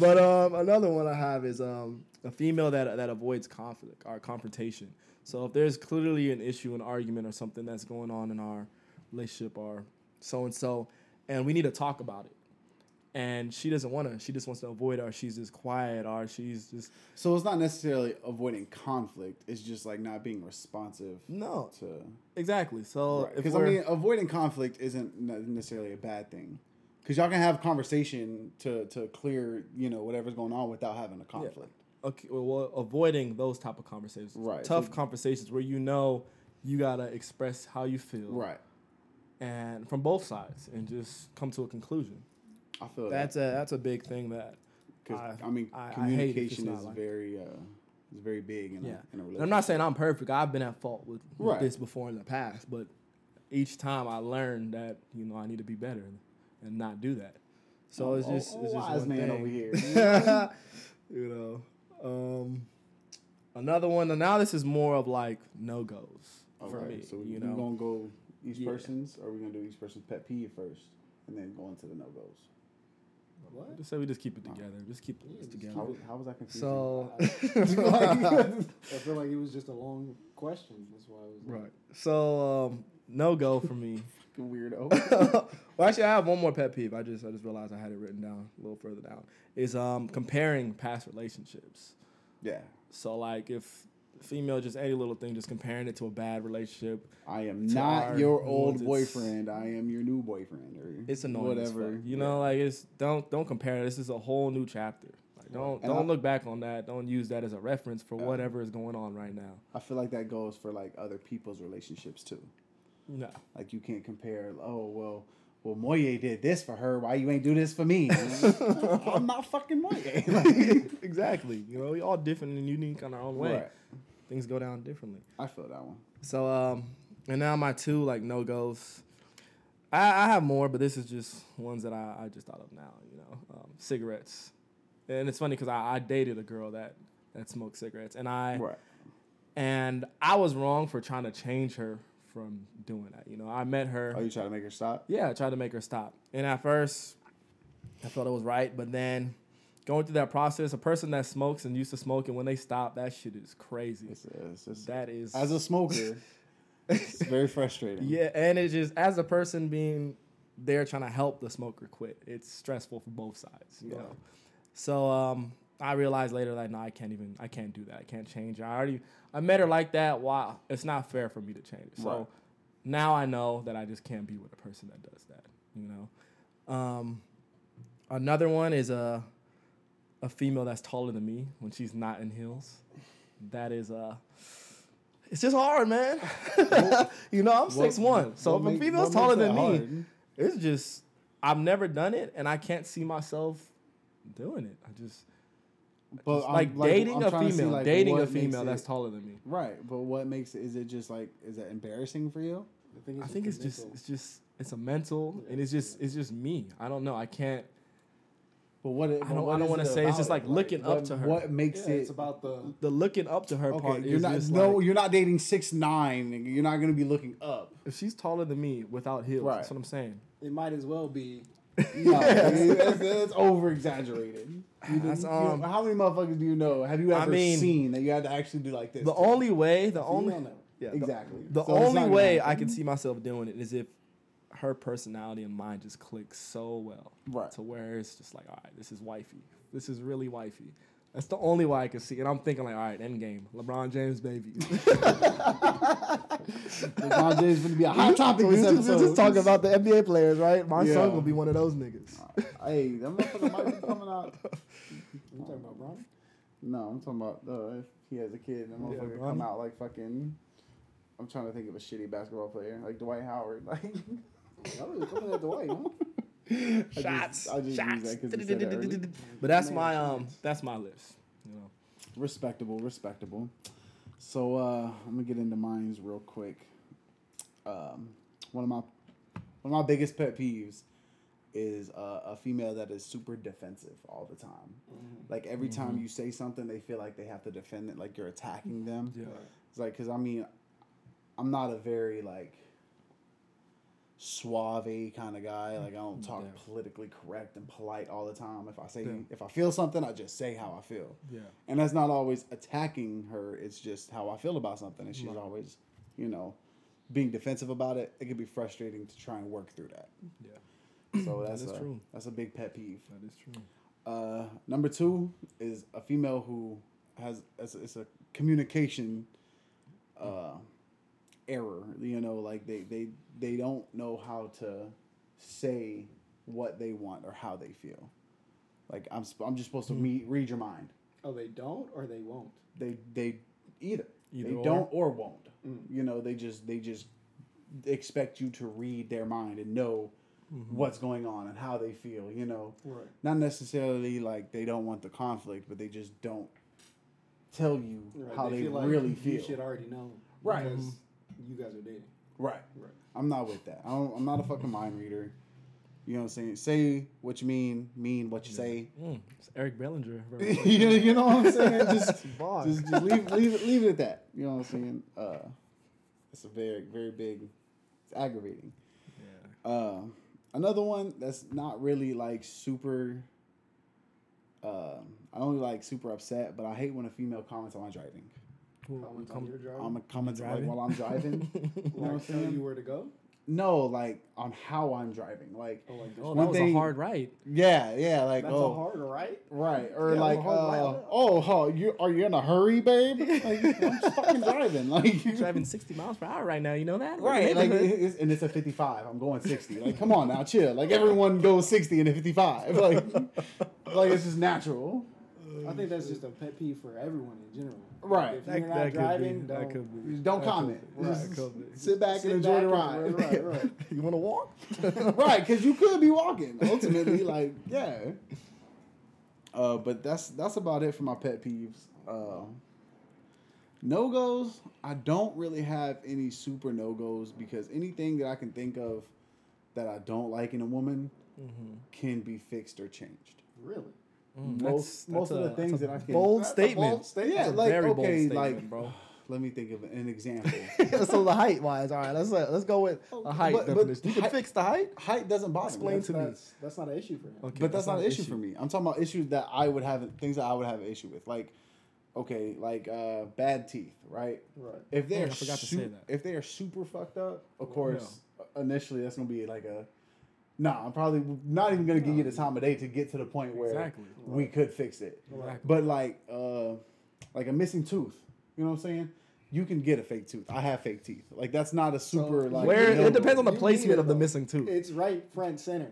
but um another one i have is um a female that that avoids conflict or confrontation so if there's clearly an issue an argument or something that's going on in our relationship or so and so and we need to talk about it and she doesn't want to she just wants to avoid it, or she's just quiet or she's just
so it's not necessarily avoiding conflict. It's just like not being responsive
no
to
exactly so if
because I
we're-
mean, avoiding conflict isn't ne- necessarily a bad thing. Because y'all can have conversation to to clear you know whatever's going on without having a conflict.
okay, well, avoiding those type of conversations
Right.
tough
So-
conversations where you know you gotta express how you feel
Right.
and from both sides and just come to a conclusion.
I feel
That's
that's
a that's a big thing that
because
I-
I, mean
I- I hate if it's
communication
not
is
like-
very uh, is very big in, a, in
yeah.
a
And
relationship.
I'm not saying I'm perfect. I've been at fault with, with
Right.
this before in the past, but each time I learned that you know I need to be better and not do that. So it's
Oh,
just
oh,
it's just
wise
one
man
thing.
over here.
you know. Um, another one. and Now this is more of like no goes for
Okay,
me.
so we,
you
we
know.
gonna go each
Yeah.
person's, or we gonna do each person's pet peeve first, and then go into the no goes.
What?
Just say we just keep it together. Just keep this
just
together.
How, was- how was I confused?
So,
I feel like it was just a long question. That's why I was like,
right. So um, no go for me.
weirdo.
well, actually, I have one more pet peeve. I just I just realized I had it written down a little further down. Is um comparing past relationships.
yeah,
So like if female just any little thing, just comparing it to a bad relationship.
I am
To
not
our
your old
ones, it's-
boyfriend. I am your new boyfriend, or
It's annoying. Whatever. You know, like it's don't don't compare. This is a whole new chapter. Like don't
And
don't
I-
look back on that. Don't use that as a reference for whatever is going on right now.
I feel like that goes for like other people's relationships too.
No.
Like you can't compare. Oh well, well Moye did this for her. Why you ain't do this for me? I'm not fucking Moye. Like,
exactly. You know, we all different and unique on our own way.
Right.
Things go down differently.
I feel that one.
So um, and now my two like no goes. I, I have more, but this is just ones that I, I just thought of now. You know, um, cigarettes, and it's funny because I, I dated a girl that that smoked cigarettes, and I
Right.
and I was wrong for trying to change her from doing that. You know, I met her.
Oh, you try to make her stop?
Yeah, I tried to make her stop. And at first, I felt it was right, but then going through that process, a person that smokes and used to smoke, and when they stop, that shit is crazy.
It's, it's, it's,
That is
as a smoker, it's very frustrating.
yeah, and it just as a person being there trying to help the smoker quit, it's stressful for both sides. You know, so um, I realized later that no, I can't even, I can't do that. I can't change. her. I already, I met her like that. Wow, it's not fair for me to change. it. So
Right.
now I know that I just can't be with a person that does that. You know, um, another one is a a female that's taller than me when she's not in heels. That is uh it's just hard, man. you know, I'm six one, so
what
if a
make-
female's
what
taller
makes
than
that
me,
hard?
it's just I've never done it, and I can't see myself doing it. I just
But I'm-
like, dating
I'm
a
trying to see,
female,
like,
dating
what
a
makes
female
it-
that's taller than me.
Right, but what makes it? Is it just like is that embarrassing for you?
I think
I think it's just
mental.
it's just it's a mental, and it's just it's just me. I don't know. I can't.
But what?
I don't. I don't want to say. It's just like looking up to her.
What makes
Yeah,
it?
it's about the
the looking up to her part
okay,
is
you're not.
just
No,
like-
you're not dating six nine. nigga. You're not gonna be looking up.
if she's taller than me without heels, that's
Right.
what I'm saying.
it might as well be
No, it's, over exaggerated.
That's, um,
how many motherfuckers do you know? Have you
I
ever
mean-
seen that you had to actually do like this?
The
to?
only way, the only
female now.
yeah, the-
exactly.
The,
So it's not
only
gonna
way
happen.
I can see myself doing it is if her personality and mine just click so well,
Right.
To where it's just like, all right, this is wifey. This is really wifey. That's the only way I can see. And I'm thinking like, all right, end game, LeBron James, baby.
LeBron James going to be a hot topic
We
this
just- we
episode.
just, talking about the NBA players, right? My
Yeah.
son will be one of those niggas.
Hey, that motherfucker might be coming out.
You talking about Bronny?
No, I'm talking about uh, if he has a kid. That motherfucker come
Bronny.
out like fucking. I'm trying to think of a shitty basketball player like Dwight Howard. Like
Y'all really coming at Dwight, huh?
shots, I just, I just used that 'cause he said that earlier.
But that's
Man,
my um, that's my list. You know,
respectable, respectable. So uh, I'm gonna get into mines real quick. Um, one of my one of my biggest pet peeves is uh, a female that is super defensive all the time. Like every
Mm-hmm.
time you say something, they feel like they have to defend it, like you're attacking them.
yeah.
It's like, cause I mean, I'm not a very like suave kind of guy. Like I don't talk
Yeah.
politically correct and polite all the time. If I say
Yeah.
if I feel something, I just say how I feel.
Yeah.
And that's not always attacking her. It's just how I feel about something, and she's
Right.
always, you know, being defensive about it. It can be frustrating to try and work through that.
Yeah.
So that's
is
a,
true.
That's a big pet peeve.
That is true.
Uh, number two is a female who has it's, it's a communication uh, error. You know, like they they they don't know how to say what they want or how they feel. Like I'm sp- I'm just supposed
Hmm.
to me- read your mind.
Oh, they don't or they won't.
They they either,
Either
they
or.
don't or won't. You know, they just they just expect you to read their mind and know what's going on and how they feel. You know,
Right.
not necessarily like they don't want the conflict, but they just don't tell you
Right,
how they,
feel like
really
you
feel.
should already know.
Right.
Because you guys are dating.
Right.
Right.
I'm not with that. I don't, I'm not a fucking mind reader. You know what I'm saying? Say what you mean, mean what you say.
Mm, it's Eric Bellinger.
you, you know what I'm saying? Just,
Bars.
just, just leave, leave, it, leave it at that. You know what I'm saying? Uh, it's a very, very big. It's aggravating.
yeah.
Uh, another one that's not really like super. Uh, I don't like super upset, but I hate when a female comments while I'm driving.
Come
Come-
your driver.
I'm a comment like
driving?
while I'm driving. you know what I'm
like, tell you
saying?
where to go.
No, like on how I'm driving. Like,
Oh, like this.
Oh,
One
that was
thing-
a hard right.
yeah, yeah, like
That's
oh,
a hard right.
right, or
Yeah,
like
a
uh,
hard route.
oh, huh, you are you in a hurry, babe? Like, I'm just fucking driving. Like,
Driving 60 miles per hour right uh-huh. now. You know that?
Right, like it- it's, and it's a 55. I'm going 60. Like, come on now, chill. Like everyone goes 60 and a 55. Like, like it's just natural.
I think that's just a pet peeve for everyone in general.
Right.
If you're not driving,
could be,
don't.
that could be.
Just don't
that could
comment.
be,
Just
Right, could be.
Sit back
Sit
and enjoy
back
the
and-
ride.
Right, right.
You want to walk?
right, because you could be walking ultimately. like, yeah. Uh, but that's that's about it for my pet peeves. Uh, no goes. I don't really have any super no goes because anything that I can think of that I don't like in a woman
Mm-hmm.
can be fixed or changed.
Really?
Mm,
Most- most of the
that's
things
a
that I can-
bold
That's a
statement.
bold statement.
Yeah,
That's a
like
very bold
okay,
statement,
like
bro.
Let me think of an example.
so the height wise, all right. Let's uh, let's go with a
Oh,
Okay,
height
but- but
definition. you can
height-
fix the height.
Height doesn't bother
Explain
me.
to me.
That's, that's not an issue for him.
Okay,
but that's, not, an issue, for me. I'm talking about issues that I would have, things that I would have an issue with, like, okay, like uh, bad teeth, right?
Right.
If they're
I forgot to say
su-
that.
if they are super fucked up, of course, initially that's gonna be like a, nah, I'm probably not even gonna give you the time of day to get to the point where
Exactly.
we could fix it.
Exactly.
But like, uh, like a missing tooth, you know what I'm saying? You can get a fake tooth. I have fake teeth. Like that's not a super like.
Where
no-go.
it depends on the
You need
placement
it,
of the
though.
missing tooth.
It's right front center.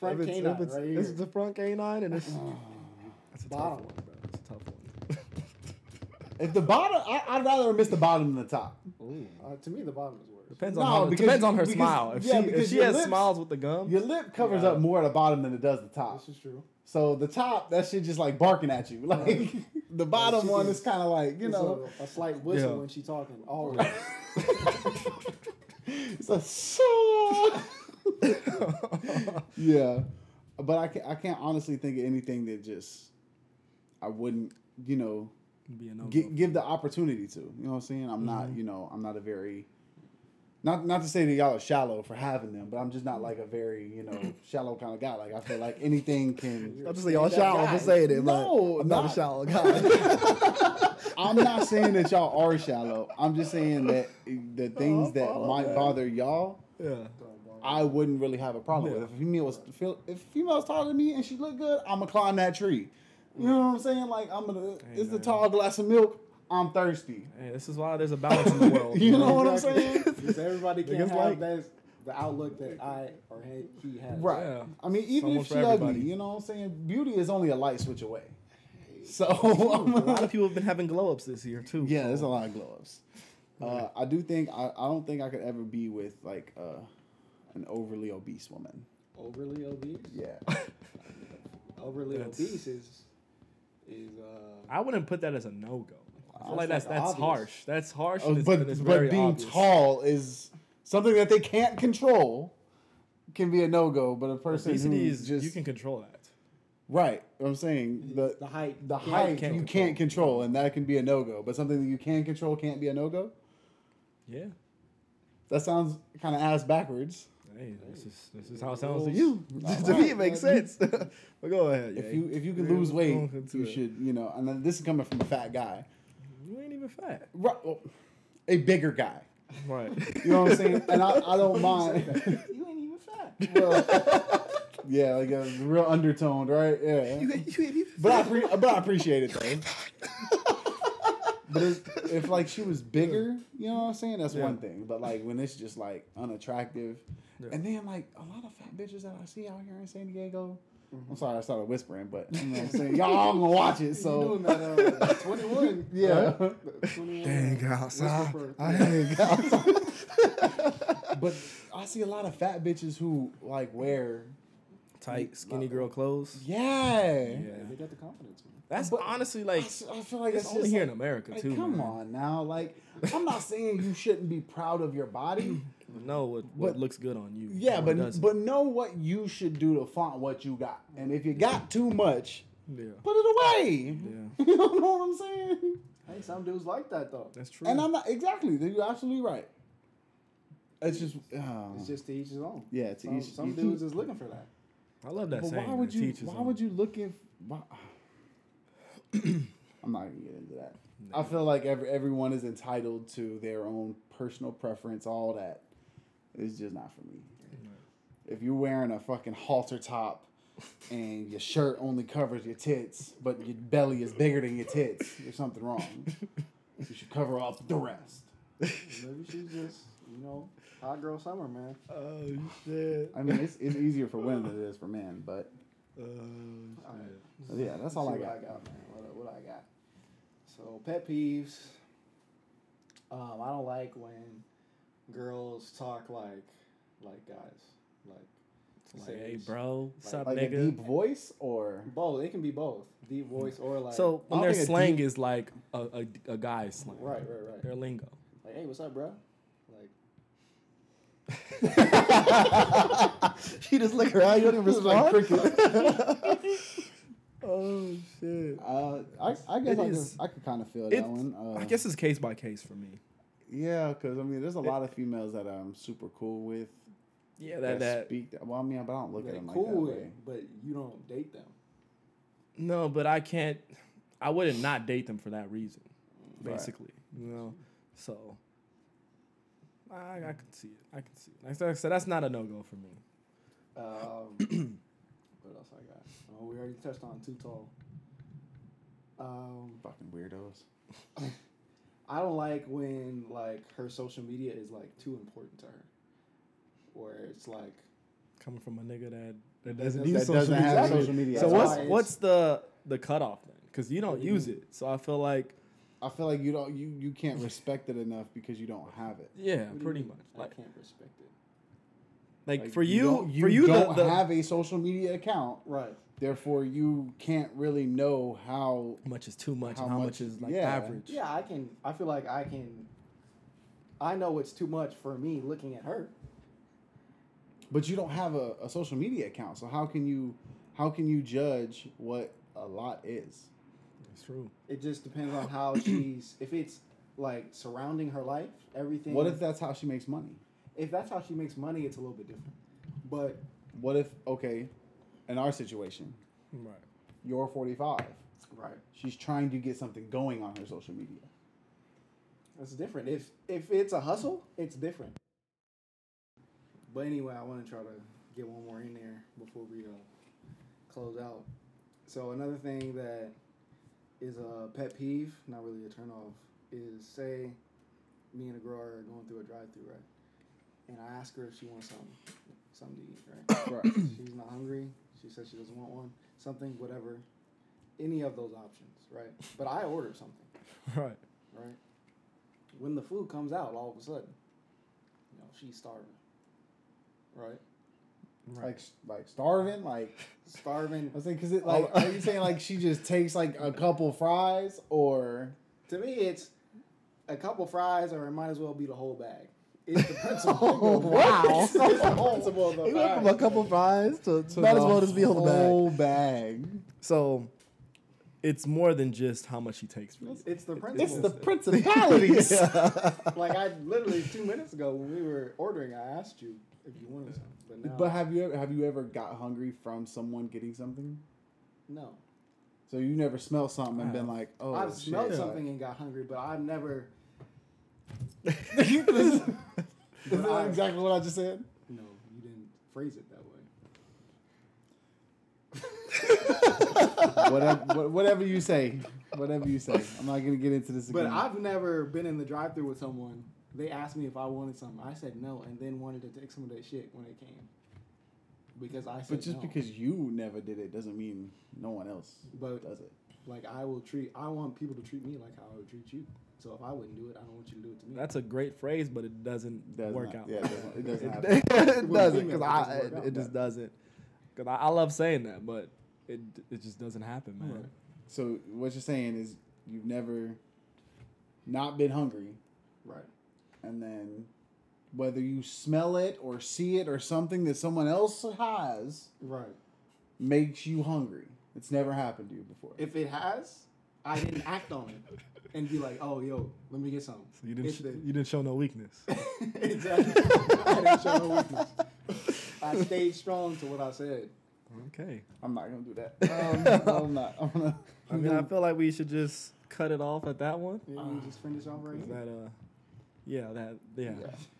Front
If it's-
canine
if it's-
right
this
here.
is the front canine, and it's that's a
Bottom.
tough one, bro. That's a tough one.
If the bottom, I, I'd rather miss the bottom than the top.
Uh, to me, the bottom is worse.
Depends
No,
on how,
because
depends
you-
on her
because-
smile. If
yeah,
she if
because
she
your
has
lips-
smiles with the gum,
Your lip covers up more at the bottom than it does the top.
This is true.
So the top, that shit just like barking at you. Like the bottom one is kind of like you
You
know,
know, a, slight whistle
Yeah.
when she's talking. Always.
it's a so. yeah, but I can't. I can't honestly think of anything that just I wouldn't. You know,
be a no-go.
gi- give the opportunity to. You know what I'm saying? I'm not. You know, I'm not a very. Not not to say that y'all are shallow for having them, but I'm just not like a very you know shallow kind of guy. Like I feel like anything can.
I'm just like y'all
That
shallow
guy.
for saying it. but
No,
I'm not,
not.
a shallow guy.
I'm not saying that y'all are shallow. I'm just saying that the things that
follow
might
that.
bother y'all,
yeah.
I wouldn't really have a problem with. If a female was feel- if a female was taller than me and she looked good, I'ma climb that tree. You know what I'm saying? Like I'm gonna. it's a
man.
tall glass of milk. I'm thirsty.
Hey, this is why there's a balance in the world.
You
bro.
know what I'm
Exactly.
saying?
Because everybody can
Because,
have
like-
that, the outlook that I or he, he has.
Right.
Yeah.
I mean, even
Someone
if
for
she ugly,
everybody.
you know what I'm saying? Beauty is only a light switch away. So I'm
a
gonna-
lot of people have been having glow ups this year too.
Yeah, there's a lot of glow ups. Uh, I do think I, I don't think I could ever be with like uh, an overly obese woman. Uh,
Overly obese.
Yeah.
Overly
That's-
obese is is uh.
I wouldn't put that as a no go. I
That's
feel like that's
like
that's
obvious.
harsh. That's harsh.
Oh,
and it's, and
but
it's very
but being
obvious.
tall is something that they can't control can be a no go. But a person
obesity
who's
is
just
you can control that.
right. I'm saying the
the height.
the
Can't-
height
can't
you
control.
can't control, and that can be a no go. But something that you can control can't be a no go.
Yeah.
That sounds kind of ass backwards.
Hey, this is this is how it sounds to
Rules.
you. to me, it makes sense. but go ahead.
If
yeah.
you if you can
Yeah,
lose
go
weight,
on, into
you
it.
should you know. And then this is coming from a fat guy.
You ain't even fat.
Ru- well, a bigger guy.
Right.
You know what I'm saying? And I, I don't mind.
You ain't even fat.
Well, yeah, like a real undertoned, right? Yeah. But I, pre- but I appreciate it though. But if, if like she was bigger, you know what I'm saying? That's one thing. But like when it's just like unattractive, and then like a lot of fat bitches that I see out here in San Diego.
Mm-hmm.
I'm sorry, I started whispering, but you know what I'm saying? Y'all all gonna watch it,
So
so
doing that uh, twenty one.
yeah.
Dang,
But I see a lot of fat bitches who like wear
Tight, skinny girl clothes.
yeah.
They got the confidence. Man.
That's
But-
honestly
I,
like
s- I feel like
it's
that's
only
just
here
like-
in America
Like,
too.
come
man.
on now. Like, I'm not saying you shouldn't be proud of your body.
No, what, what
But-
looks good on you.
Yeah,
what
but
doesn't.
but know what you should do to flaunt what you got. And if you got too much,
yeah,
put it away.
Yeah.
you know what I'm saying?
Hey, some dudes like that though.
that's true.
And I'm not exactly. You're absolutely right. It's just, uh,
It's just to each his own.
yeah. To
Some,
each,
some
each-
dudes is looking for that.
I love that
But
saying.
why would you?
Teachers
Why would you look if? Why, I'm not gonna get into that. I feel like every everyone is entitled to their own personal preference. All that is just not for me. If you're wearing a fucking halter top and your shirt only covers your tits, but your belly is bigger than your tits, there's something wrong. you should cover up the rest.
Maybe she's just, you know, hot girl summer, man.
Oh shit!
I mean, it's, it's easier for women than it is for men, but
All right.
Yeah, that's all
See
I
what
got.
I got, man. What, what I got. So pet peeves. Um, I don't like when girls talk like like guys. Like,
Like,
say
hey,
it's-
bro, what's
Like-
up,
Like a
nigga?
deep voice or
Both. It can be both. Deep voice or like.
so when
I
their
think a
slang
deep-
is like a, a, a guy's slang,
Right, right, right.
Their lingo.
Like, hey, what's up, bro? Like.
You just look around, you don't even
respond?
oh shit!
uh, I, I guess I could,
is-
I could kind of feel that
It,
one. Uh,
I guess it's case by case for me.
yeah, because I mean, there's a lot of females that I'm super cool with
Yeah,
that,
that that.
speak. That, well, I mean, but I don't look at
they
them like
cool
that.
with,
way.
but you don't date them.
No, but I can't. I wouldn't not date them for that reason,
Right.
basically. You know, so I, I can see it. I can see it. Like I said, that's not a no go for me.
Um, what else I got? Oh, we already touched on too tall. Um,
Fucking weirdos.
I don't like when like her social media is like too important to her, or it's like
Coming from a nigga that that doesn't
That
use
That
social
doesn't
media.
have
Exactly.
social media.
So
That's
what's
why it's-
what's the the cutoff then? Because you don't
Mhm.
use it, so I feel like
I feel like you don't you you can't respect it enough because you don't have it.
yeah,
what do you
pretty
mean?
much.
I
Like,
can't respect it.
like,
Like,
for you,
don't-
for you, the,
don't
the
have a social media account,
Right.
therefore you can't really know how.
how much is too much
How
and how
much-
much, is like
yeah.
average.
Yeah, I can. I feel like I can. I know it's too much for me looking at her.
But you don't have a, a social media account, so how can you how can you judge what a lot is?
It's true.
It just depends on how she's. If it's like surrounding her life, everything.
What if that's how she makes money?
if that's how she makes money? It's a little bit different. But
What if okay, in our situation,
Right.
you're 45.
right,
She's trying to get something going on her social media.
that's different. If if it's a hustle, it's different. But anyway, I want to try to get one more in there before we uh, close out. So another thing that is a pet peeve, not really a turnoff, is say me and a girl are going through a drive-through, right? And I ask her if she wants something, something to eat, right?
Right.
She's not hungry. She says she doesn't want one. Something, whatever, any of those options, right? But I order something.
Right.
right? When the food comes out, all of a sudden, you know, she's starving, right?
Like like starving, like
Starving.
I was saying, cause it like, are you saying like she just takes like a couple fries or
to me, it's a couple fries, or it might as well be the whole bag. It's the principle.
Oh, wow.
It's the principle of the bag.
couple fries to,
the whole bag?
So it's more than just how much he takes from you.
It's the principle.
It's the principalities.
like I literally two minutes ago when we were ordering, I asked you if you wanted something, but no,
But have you ever have you ever got hungry from someone getting something?
no.
So you never smell something and been like, oh,
I've smelled
shit.
something and got hungry, but I've never.
Is
But I-
that exactly what I just said?
No, you didn't phrase it that way.
whatever, wha- whatever you say, whatever you say. I'm not gonna get into this again.
But I've never been in the drive-through with someone. They asked me if I wanted something. I said no, and then wanted to take some of that shit when it came because I said
but just
no.
because you never did it doesn't mean no one else
But
does it.
like I will treat, I want people to treat me like how I would treat you. So if I wouldn't do it, I don't want you to do it to me.
That's a great phrase, but it doesn't
Does
work
not-
out.
Yeah, it doesn't. It doesn't happen.
it doesn't
With females, it
because I
doesn't work
it,
out.
it just doesn't because I, I love saying that, but it it just doesn't happen, man.
Right.
So what you're saying is you've never not been hungry,
right.
and then whether you smell it or see it or something that someone else has
Right.
makes you hungry. It's never happened to you before.
If it has, I didn't act on it and be like, oh yo, let me get some.
So you didn't
It's
sh-
the-
you didn't show no weakness.
exactly. I didn't show no weakness. I stayed strong to what I said.
okay,
I'm not gonna do that. Um, I'm not. I'm gonna.
I mean I feel like we should just cut it off at that one.
Mm.
Yeah, we just finish off right
Is
here.
that uh, yeah, that yeah.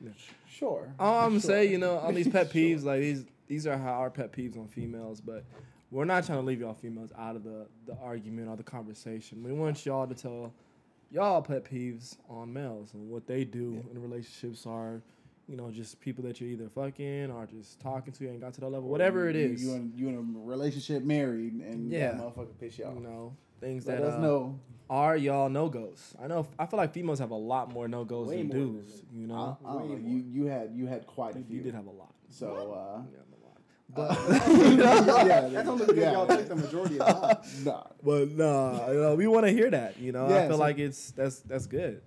yeah.
Sure.
All I'm
Sure.
saying, you know, on these pet peeves, like these these are how our pet peeves on females, but we're not trying to leave y'all females out of the, the argument or the conversation. We want y'all to tell y'all pet peeves on males and what they do in relationships are, you know, just people that you're either fucking or just talking to and got to that level, whatever it
You-
is.
You, in, you in a relationship married and yeah,
Yeah.
motherfucker piss you off.
you know, things
Let
that
us
uh,
know.
are y'all no goes. I know. I feel like females have a lot more no goes
Way
than
more than
dudes. You know,
I don't
way more.
know, Uh, you you had you had quite a
you,
few.
did have a lot.
so
You have a lot.
uh,
yeah,
yeah,
that's only because
yeah.
y'all took the majority of time.
nah,
But no, you know, we want to hear that. You know, I
Yeah,
feel
so-
like it's that's that's good.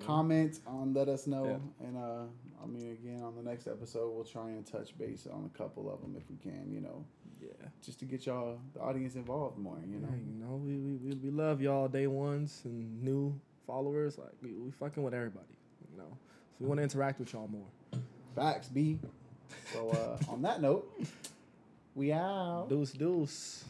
comment on let us know
Yeah.
and uh I mean again on the next episode we'll try and touch base on a couple of them if we can you know
Yeah,
just to get y'all the audience involved more you
you
know
know, you know we, we, we, we love y'all day ones and new followers. Like we, we fucking with everybody. You know, so we want to interact with y'all more.
facts B so uh on that note we out
Deuce, deuce.